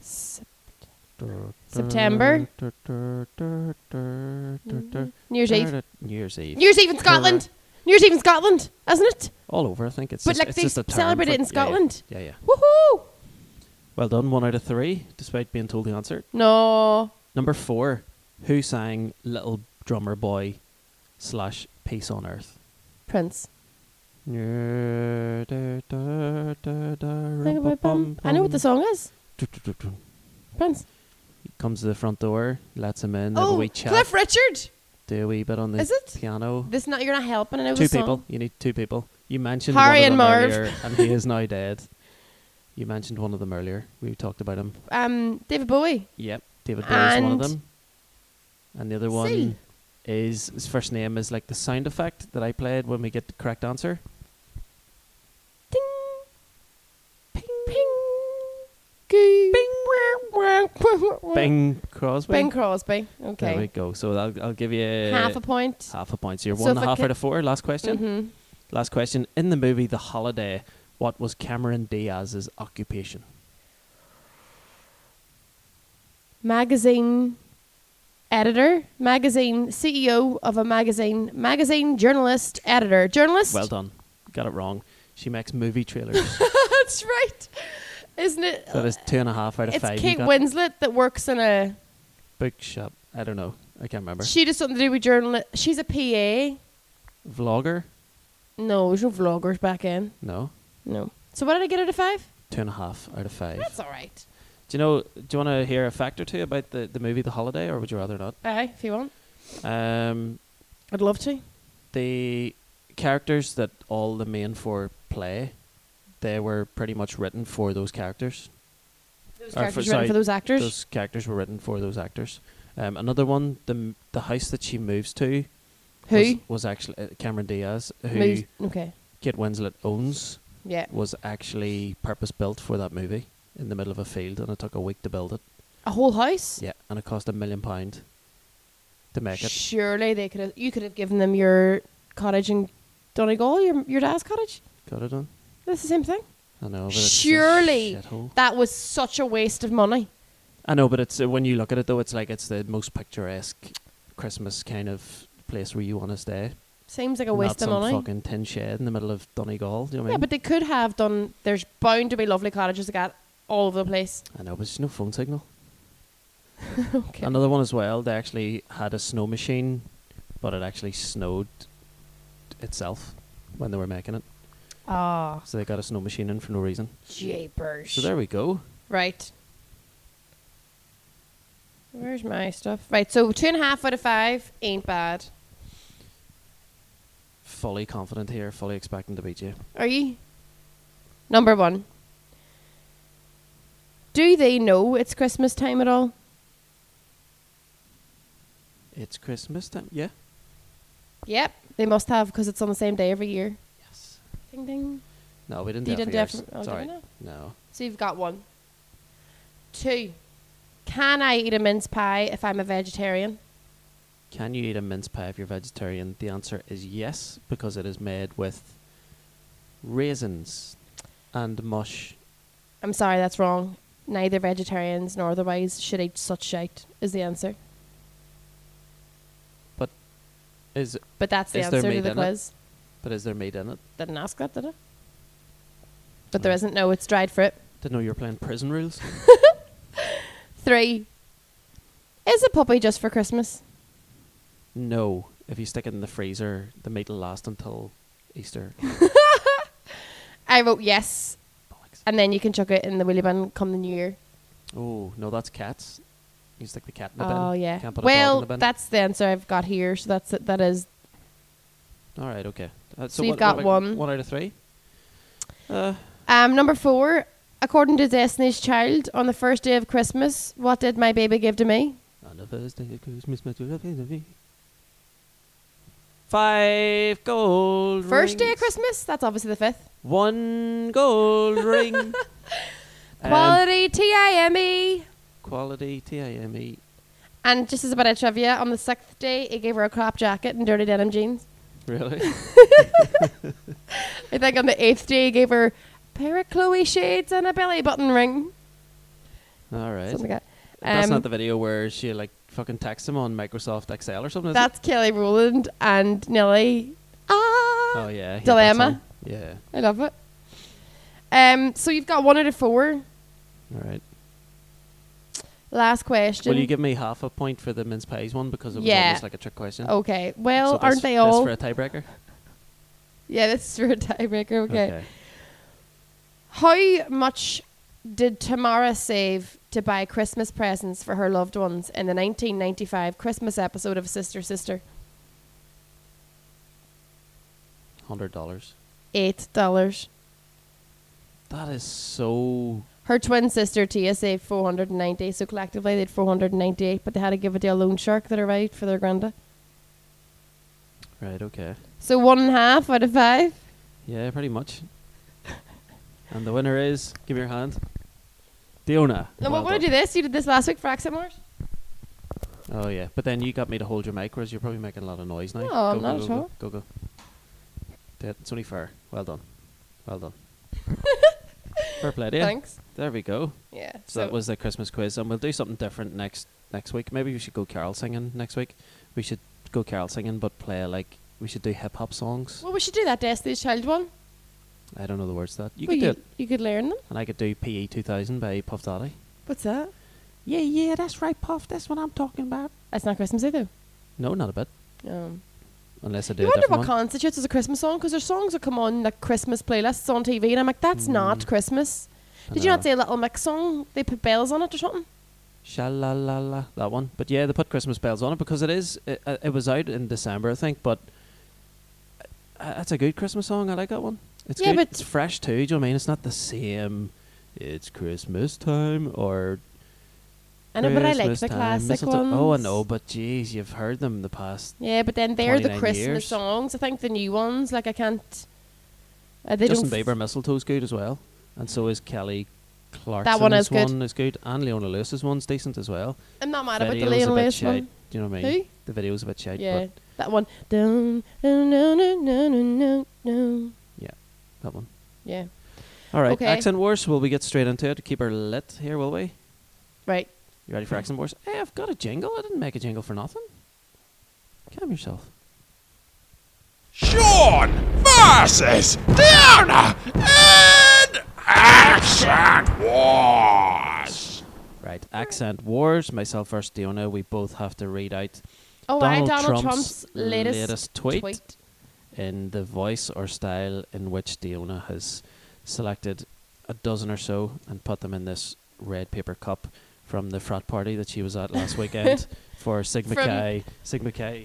S- September. September? New New Year's Eve. New Year's Eve. New Year's Eve in Scotland. New Year's Eve in Scotland, isn't it? All over, I think it's. But, just, like, it's they just a term celebrate for- it in yeah, yeah. Scotland. Yeah, yeah. Woohoo! Well done, one out of three, despite being told the answer. No. Number four, who sang "Little Drummer Boy" slash "Peace on Earth"? Prince. I I know what the song is. Prince. He comes to the front door, lets him in. have a Oh, wee chat, Cliff Richard. do a wee bit on the Is it? piano. This not you're not helping. I know two the song. people. You need two people. You mentioned Harry one of and them Marv. earlier, and he is now dead. You mentioned one of them earlier. We talked about him. Um, David Bowie. Yep, David Bowie is one of And- them. And the other one See. is his first name is like the sound effect that I played when we get the correct answer. Ding. Ping. Ping. Goo. Bing. Bing Crosby. Oh. Bing Crosby. Okay. There we go. So I'll, I'll give you Half a point. half a point. So you're So one and if a I half ca- out of four. Last question. Mhm. Last question. In the movie The Holiday, what was Cameron Diaz's occupation? Magazine editor, magazine CEO of a magazine, magazine journalist, editor, journalist. *laughs* Well done. Got it wrong. She makes movie trailers. That's right, isn't it? That is two and a half out of it's five. You Kate got Winslet that works in a. bookshop. I don't know. I can't remember. She does something to do with journal. She's a PA. Vlogger? No, there's no vloggers back in. No. No. So what did I get out of five? Two and a half out of five. That's all right. Do you know? Do you want to hear a fact or two about the, the movie The Holiday, or would you rather not? Aye, if you want. Um, I'd love to. the characters that all the main four play, they were pretty much written for those characters. Those Or characters for- written sorry, for those actors. Those characters were written for those actors. Um, another one, the m- the house that she moves to, was, Who? was actually uh, Cameron Diaz, who Moves- Okay. Kate Winslet owns, Yeah. was actually purpose built for that movie in the middle of a field, and it took a week to build it. A whole house. Yeah, and it cost a million pound to make it. Surely they could. have You could have given them your cottage in Donegal, your your dad's cottage. Got it on. That's the same thing. I know. But it's a Surely shithole. that was such a waste of money. I know, but it's uh, when you look at it though, it's like it's the most picturesque Christmas kind of place where you want to stay. Seems like a Not waste of some money. fucking tin shed in the middle of Donegal. Do you know what Yeah, I mean? but they could have done. There's bound to be lovely cottages to get all over the place. I know, but there's no phone signal. okay. Another one as well. They actually had a snow machine but it actually snowed itself when they were making it. Ah, So they got a snow machine in for no reason. japers. So there we go. Right. Where's my stuff? Right, so two and a half out of five ain't bad. Fully confident here, fully expecting to beat you. Are you? Number one. Do they know it's Christmas time at all? It's Christmas time. Yeah. Yep. They must have because it's on the same day every year. Yes. Ding ding. No, we didn't. You do it didn't for do it yours. for- oh, It's did we alright. not? No. So you've got one. Two. Can I eat a mince pie if I'm a vegetarian? Can you eat a mince pie if you're vegetarian? The answer is yes, because it is made with raisins and mush. I'm sorry, that's wrong. Neither vegetarians nor otherwise should eat such shite is the answer. But is But that's the Is there answer to meat the in it? quiz. but is there meat in it? Didn't ask that, did I? But there No. isn't. No, it's dried fruit. Didn't know you were playing prison rules. *laughs* Three. Is a puppy just for Christmas? no. If you stick it in the freezer, the meat will last until *laughs* Easter. I wrote yes, Bollocks. and then you can chuck it in the wheelie bin come the new year. Oh no, that's cats. You stick the cat in the bin. Oh yeah. Can't put a dog Well, in the bin. that's the answer I've got here. So that's it. That is all right. Okay. Uh, So you've what- what got about one. One out of three. Uh, um number four. According to Destiny's Child, on the first day of Christmas, what did my baby give to me? on the first day of Christmas, my true love gave to me Five gold First day of rings. Christmas. That's obviously the fifth. One *laughs* gold ring. And Um, Quality T I M E. quality T I M E. And just as about a trivia, on the sixth day, it gave her a crop jacket and dirty denim jeans. *laughs* Really? I think on the eighth day, he gave her a pair of Chloe shades and a belly button ring. All right. Something like that. that's Um, not the video where she like fucking texts him on Microsoft Excel or something. is it? That's Kelly Rowland and Nelly. Ah, oh yeah. I hate that Dilemma. song. Yeah. I love it. Um, so you've got one out of four. All right. Last question. Will you give me half a point for the mince pies one because it was Yeah. almost like a trick question? okay. So Well, this- aren't they this all? for a tiebreaker? *laughs* yeah, this is for a tiebreaker. Okay. How much did Tamara save to buy Christmas presents for her loved ones in the 1995 Christmas episode of Sister Sister? Hundred dollars. Eight dollars. That is so. Her twin sister Tia saved 490, so collectively they had 498, but they had to give it to a loan shark that arrived for their granda. Right. Okay. So one and a half out of five. Yeah. Pretty *laughs* much. and the winner is. Give me your hand. Diona. No, Well we're going to done. do this. You did this last week for Accent Wars. Oh yeah, but then you got me to hold your mic, whereas you're probably making a lot of noise now. No, Go, I'm go, not go, at go, all. Go go. Yeah, It's only fair. Well done. Well *laughs* done. fair play to you. Thanks. There we go. Yeah. So, that was the Christmas quiz, and we'll do something different next next week. Maybe we should go carol singing next week. We should go carol singing, but play like we should do hip hop songs. Well, we should do that Destiny's Child one. I don't know the words to that. You Well, could do it, You could learn them. and I could do PE two thousand by Puff Daddy. What's that? Yeah, yeah, that's right, Puff. That's what I'm talking about. That's not Christmas either. No, not a bit. Um, Unless I do you a wonder different what one. constitutes as a Christmas song because there's songs that come on like Christmas playlists on TV, and I'm like, that's not Mm. Christmas. I Did you know. not say a Little Mix song? They put bells on it or something. Shalalala, that one. But yeah, they put Christmas bells on it because it is. It, uh, it was out in December, I think. But uh, that's a good Christmas song. I like that one. It's Yeah, good. but- it's fresh too. Do you know what I mean? It's not the same. It's Christmas time or. I know, but I like Christmas the time, classic mistletoe. ones. Oh, I know, but jeez, you've heard them the past. Yeah, but then they're the 29 Christmas years. songs. I think the new ones, like I can't. Uh, they Justin don't Bieber mistletoe's good as well, and so is Kelly. Clarkson's one is good. is good, and Leona Lewis's one's decent as well. I'm not mad about the Video's Leon a bit Lewis shite, one. Do you know what I mean? Who? The video's a bit shite, Yeah, but that one. Dun, dun, dun, dun, dun, dun, dun, dun. that one. Yeah, All right, Okay. accent wars. Will we get straight into it? Keep her lit here, will we? right. You ready for Hmm. accent wars? Hey, I've got a jingle. I didn't make a jingle for nothing. Calm yourself. Sean versus Diana in Accent Wars. Right, accent wars. Myself versus Diona. We both have to read out Oh, I Donald, Donald Trump's, Trump's, latest, tweet, tweet. in the voice or style in which Diona has selected a dozen or so and put them in this red paper cup from the frat party that she was at last *laughs* weekend for Sigma From- Chi, Sigma Chi,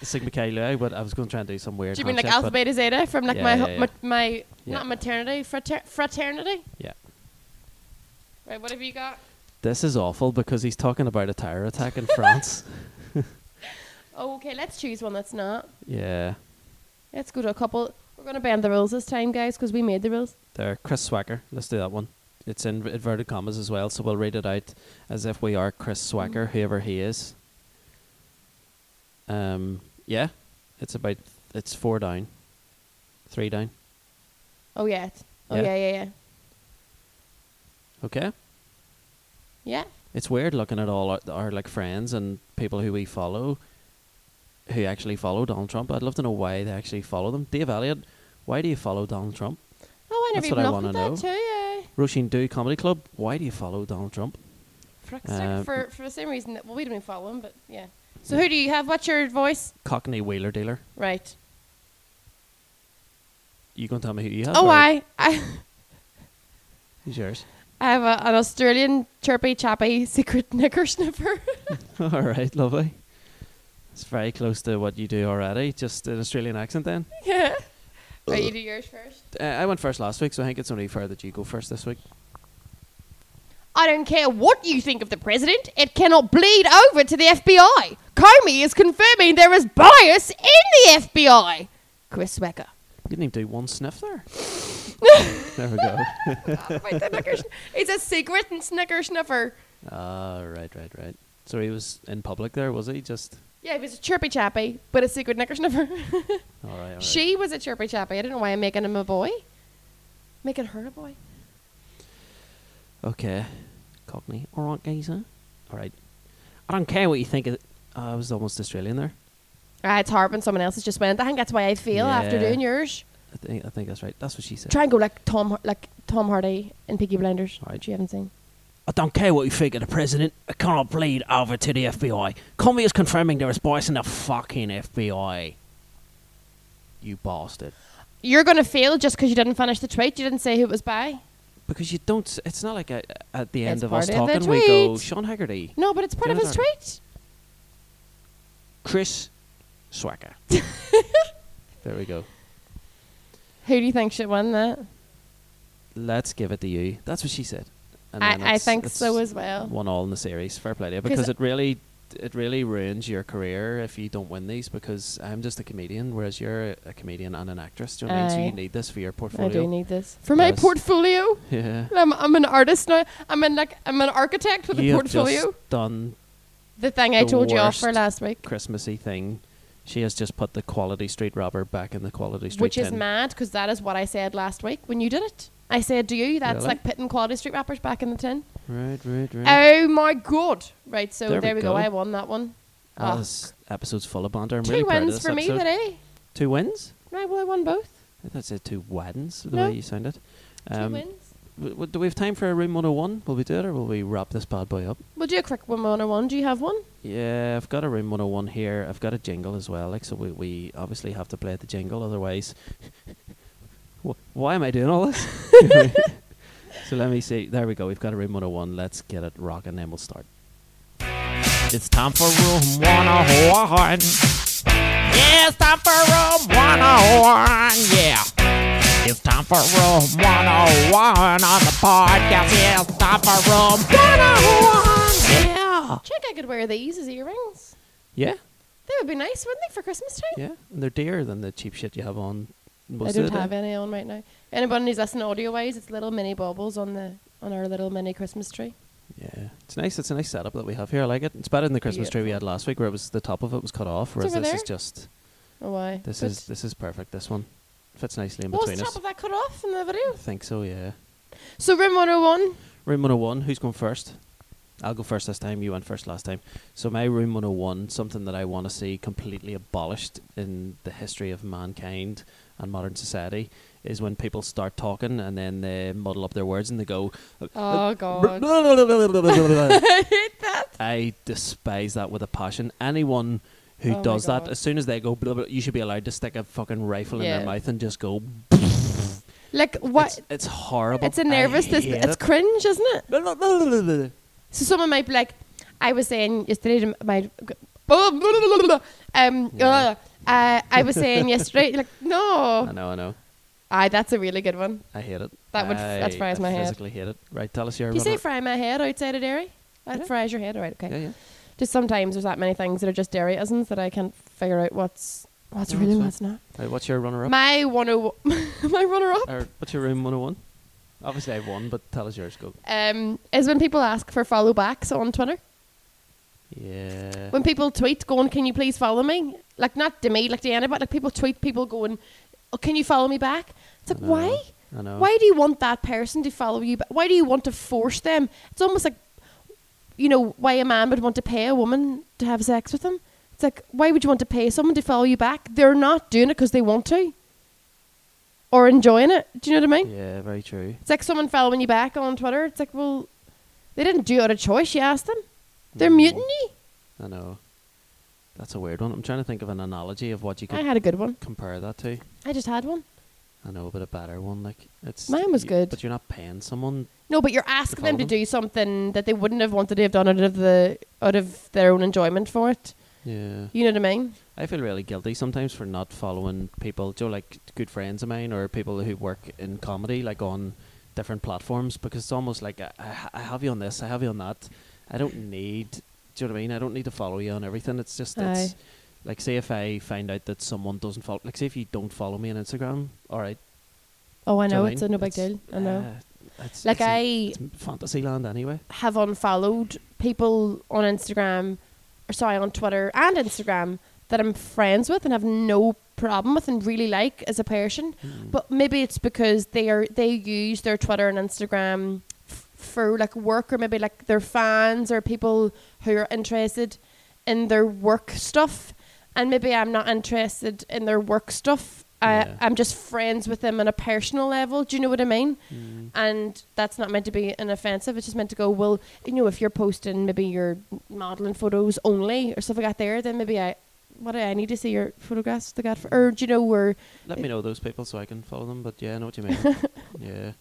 Sigma Chi Lu. But I was going to try and do some weird. Do you mean like handshake, Alpha but- Beta Zeta from like Yeah, my yeah, hu- yeah. ma- my Yeah. not maternity frater- fraternity? Yeah. Right, what have you got? This is awful because he's talking about a terror attack in France. Oh, okay, let's choose one that's not. Yeah. Let's go to a couple. We're gonna bend the rules this time, guys, because we made the rules. There, Chris Swacker. Let's do that one. It's in inverted commas as well, so we'll read it out as if we are Chris Swacker, whoever he is. Um, yeah, it's about it's four down, three down. Oh yeah. it's- Oh Yeah. yeah, yeah, yeah, Okay, yeah. it's weird looking at all our, our like friends and people who we follow, who actually follow Donald Trump. I'd love to know why they actually follow them. Dave Elliott, why do you follow Donald Trump? Oh, I never That's what even I looked at wanna that too. Yeah. Roisin Do Comedy Club, why do you follow Donald Trump? Frick's sake, Uh, for for the same reason that well, we didn't even follow him, but yeah. So who do you have? What's your voice? Cockney Wheeler Dealer. Right. You gonna tell me who you have? Oh, or I I Who's yours? *laughs* I have a, an Australian chirpy chappy secret *laughs* knicker sniffer. All right, lovely. It's very close to what you do already. Just an Australian accent, then. yeah. Right, you do yours first. Uh, I went first last week, so I think it's only fair that you go first this week. I don't care what you think of the president, it cannot bleed over to the FBI. Comey is confirming there is bias in the FBI. *laughs* Chris Wecker. You didn't even do one sniff *laughs* there. there we go. *laughs* Wait, the knicker sn- it's a secret and snicker sniffer. Ah, right, right, right. So he was in public there, was he? Just Yeah, he was a chirpy chappy, but a secret knicker sniffer. *laughs* all right. All right. She was a chirpy chappy. I don't know why I'm making him a boy. Making her a boy. Okay. Cockney. All right, guys. Huh? All right. I don't care what you think of. Th- I was almost Australian there. Ah, it's hard when someone else has just went. I think that's why I feel after Yeah. doing yours. I think I think that's right. That's what she said. Try and go like Tom, Har- like Tom Hardy in Peaky Blinders, Right. which you haven't seen. I don't care what you think of the president. I cannot bleed over to the FBI. Comey is confirming there is bias in the fucking FBI. You bastard. You're gonna fail just because you didn't finish the tweet. You didn't say who it was by. Because you don't. s- It's not like a, at the end It's of us part of the talking we go tweet. Sean Haggerty. No, but it's part of his Jonathan. tweet. Chris *laughs* Swacker. there we go. Who do you think should win that? Let's give it to you. That's what she said. And I- then I it's- think it's so as well. One all in the series. Fair play to you. 'Cause Because I- it really, it really ruins your career if you don't win these. Because I'm just a comedian, whereas you're a comedian and an actress. Do you know what I mean? So you Aye. need this for your I portfolio. do need this for my Yes. portfolio. *laughs* *laughs* Yeah. I'm, I'm an artist now. I'm an like I'm an architect with you a have portfolio. just done the thing I the told you off for worst last week, Christmassy thing. She has just put the Quality Street robber back in the Quality Street. which is tin. mad because that is what I said last week when you did it. I said to you, that's Really? like pitting quality street rappers back in the tin. Right, right, right. Oh my god! Right, so There there, we we go. go. I won that one. Ah, Ah. this episode's full of banter. I'm Two really proud of wins this for me episode. today. Two wins? Right, well I won both. I thought it said two wins, the No. way you sounded. Two Um, wins. w- w- do we have time for a room 101? Will we do it or will we wrap this bad boy up? We'll do a quick one on one. Do you have one? Yeah, I've got a room 101 here. I've got a jingle as well. Like, so we, we obviously have to play the jingle, otherwise, *laughs* wh- why am I doing all this? *laughs* so let me see. There we go. We've got a room 101. Let's get it rocking, then we'll start. It's time for room 101. Yeah, it's time for room 101. Yeah. It's time for room 101 on the podcast. Yeah, it's time for room 101. Ah. Yeah. Check I could wear these as earrings. Yeah, They would be nice, wouldn't they, for Christmas time? yeah. And they're dearer than the cheap shit you have on. I most of don't the have day. any on right now. Anybody who's listening audio wise, it's little mini baubles on the on our little mini Christmas tree. Yeah, it's nice. It's a nice setup that we have here. I like it. It's better than the Christmas tree we had last week, where it was the top of it was cut off. Whereas over this is there. just Oh why? this But is this is perfect. This one fits nicely in what was between the top us. of that cut off in the I video? think so. Yeah. So room one oh one. Room 101. Who's going first? I'll go first this time. You went first last time. So my room 101, something that I want to see completely abolished in the history of mankind and modern society, is when people start talking and then they muddle up their words and they go. Uh, Oh *laughs* god. I that. despise that with a passion. Anyone who Oh my does that. God. As soon as they go, blah, blah, you should be allowed to stick a fucking rifle in Yeah. their mouth and just go. Like what? It's, It's, it's horrible. a nervousness. I hate It's it. cringe, isn't it? Blah, blah, blah, blah, blah, blah. So someone might be like, I was saying yesterday to my. *laughs* Um, uh, uh, I *laughs* was saying yesterday, like, I no. know, I know. Aye, that's a really good one. I hate it. That would f- I, that fries I my head. physically hate it. Right, tell us your. Do you say runner- fry my head outside of dairy? That fries your head, all right? Okay. Yeah, yeah. Just sometimes there's that many things that are just dairyisms that I can't figure out what's what's No, really it's fine. what's not. Uh, what's your runner up? My one *laughs* oh my runner up or what's your room 101? Obviously, I've won, but tell us yours. Go. um, is when people ask for follow backs on Twitter. Yeah. When people tweet going, "Can you please follow me?" Like not to me, like to anybody. Like people tweet people going, oh, "Can you follow me back?" It's like I know, why? I know. Why do you want that person to follow you? But why do you want to force them? It's almost like, you know, why a man would want to pay a woman to have sex with him. It's like, why would you want to pay someone to follow you back? They're not doing it because they want to or enjoying it. Do you know what I mean? Yeah, very true. It's like someone following you back on Twitter. It's like, well, they didn't do it out of choice. You asked them. They're Mm. muting you. I know. That's a weird one. I'm trying to think of an analogy of what you I could had a good one. compare that to. I just had one. I know, but a better one. Like it's Mine was you- good. but you're not paying someone. No, but you're asking them to follow them? do something that they wouldn't have wanted to have done out of the out of their own enjoyment for it. Yeah, You know what I mean? I feel really guilty sometimes for not following people. Do you know, like good friends of mine or people who work in comedy, like on different platforms, because it's almost like I, I, ha- I have you on this, I have you on that. I don't need. Do you know what I mean? I don't need to follow you on everything. It's just it's Aye. like say if I find out that someone doesn't follow, like say if you don't follow me on Instagram, all right. Oh, I do you know. what It's a no big deal. I know. uh, it's, like it's- I it's Fantasyland anyway. have unfollowed people on Instagram, or sorry, on Twitter and Instagram that I'm friends with and have no problem with and really like as a person. Mm. Hmm. But maybe it's because they are they use their Twitter and Instagram f- for like work or maybe like their fans or people who are interested in their work stuff. And maybe I'm not interested in their work stuff. I, Yeah. I'm just friends with them on a personal level. Do you know what I mean? And that's not meant to be an offensive. It's just meant to go, well, you know, if you're posting maybe your modeling photos only or stuff like that there, then maybe I, what do I need to see your photographs they got for, or do you know where, Let me know those people so I can follow them. But yeah, I know what you mean. *laughs* yeah,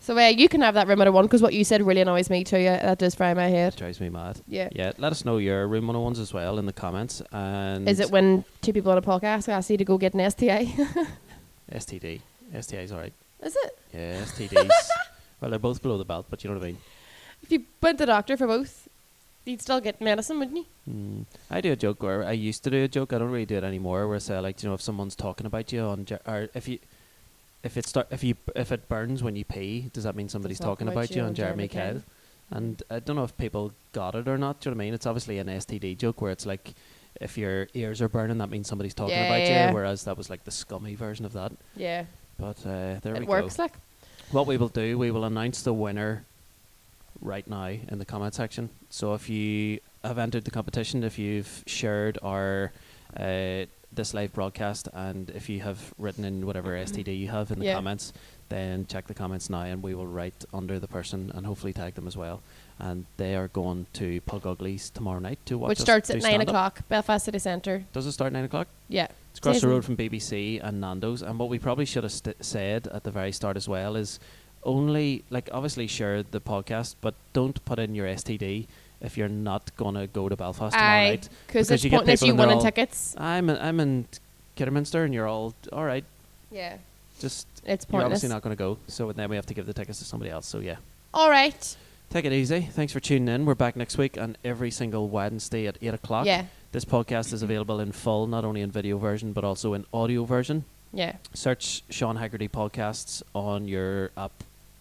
so yeah, you can have that room out of one because what you said really annoys me too. Yeah, that does fry my head. drives me mad. Yeah. Yeah, let us know your room 101s as well in the comments. And Is it when two people on a podcast ask you to go get an STI? STD? STI's all right. *laughs* Is it? Yeah, STDs. *laughs* well, they're both below the belt, but you know what I mean. If you went to the doctor for both, you'd still get medicine, wouldn't you? Mm. I do a joke, or I used to do a joke. I don't really do it anymore. Where I say, like, you know, if someone's talking about you on, ge- or if you, if it start, if you, if it burns when you pee, does that mean somebody's talking about, you on Jeremy Kyle? And I don't know if people got it or not. Do you know what I mean? It's obviously an STD joke where it's like, if your ears are burning, that means somebody's talking Yeah, about yeah. you. Whereas that was like the scummy version of that. Yeah, But uh, there we it works go. like. What we will do, we will announce the winner right now in the comment section. So if you have entered the competition, if you've shared our uh, this live broadcast, and if you have written in whatever STD you have in the Mm-hmm. Yeah. comments, then check the comments now, and we will write under the person and hopefully tag them as well. And they are going to Pug Uglies tomorrow night to watch. Which us starts do at nine stand-up. o'clock, Belfast City Centre. Does it start nine o'clock? Yeah. It's across the Says- road from BBC and Nando's, and what we probably should have st- said at the very start as well is only like obviously share the podcast, but don't put in your STD if you're not gonna go to Belfast tomorrow Aye, night. because it's you get pointless people you and they're winning all, tickets. I'm in, I'm in Kidderminster, and you're all all right. Yeah, Just it's you're pointless. obviously not gonna go, so then we have to give the tickets to somebody else. So yeah. All right. Take it easy. Thanks for tuning in. We're back next week on every single Wednesday at 8 o'clock. Yeah. This podcast is available in full, not only in video version, but also in audio version. Yeah. search Sean Haggerty podcasts on your app,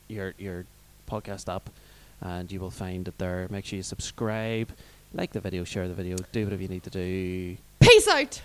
your your podcast app, and you will find it there. Make sure you subscribe, like the video, share the video, do whatever you need to do. Peace out.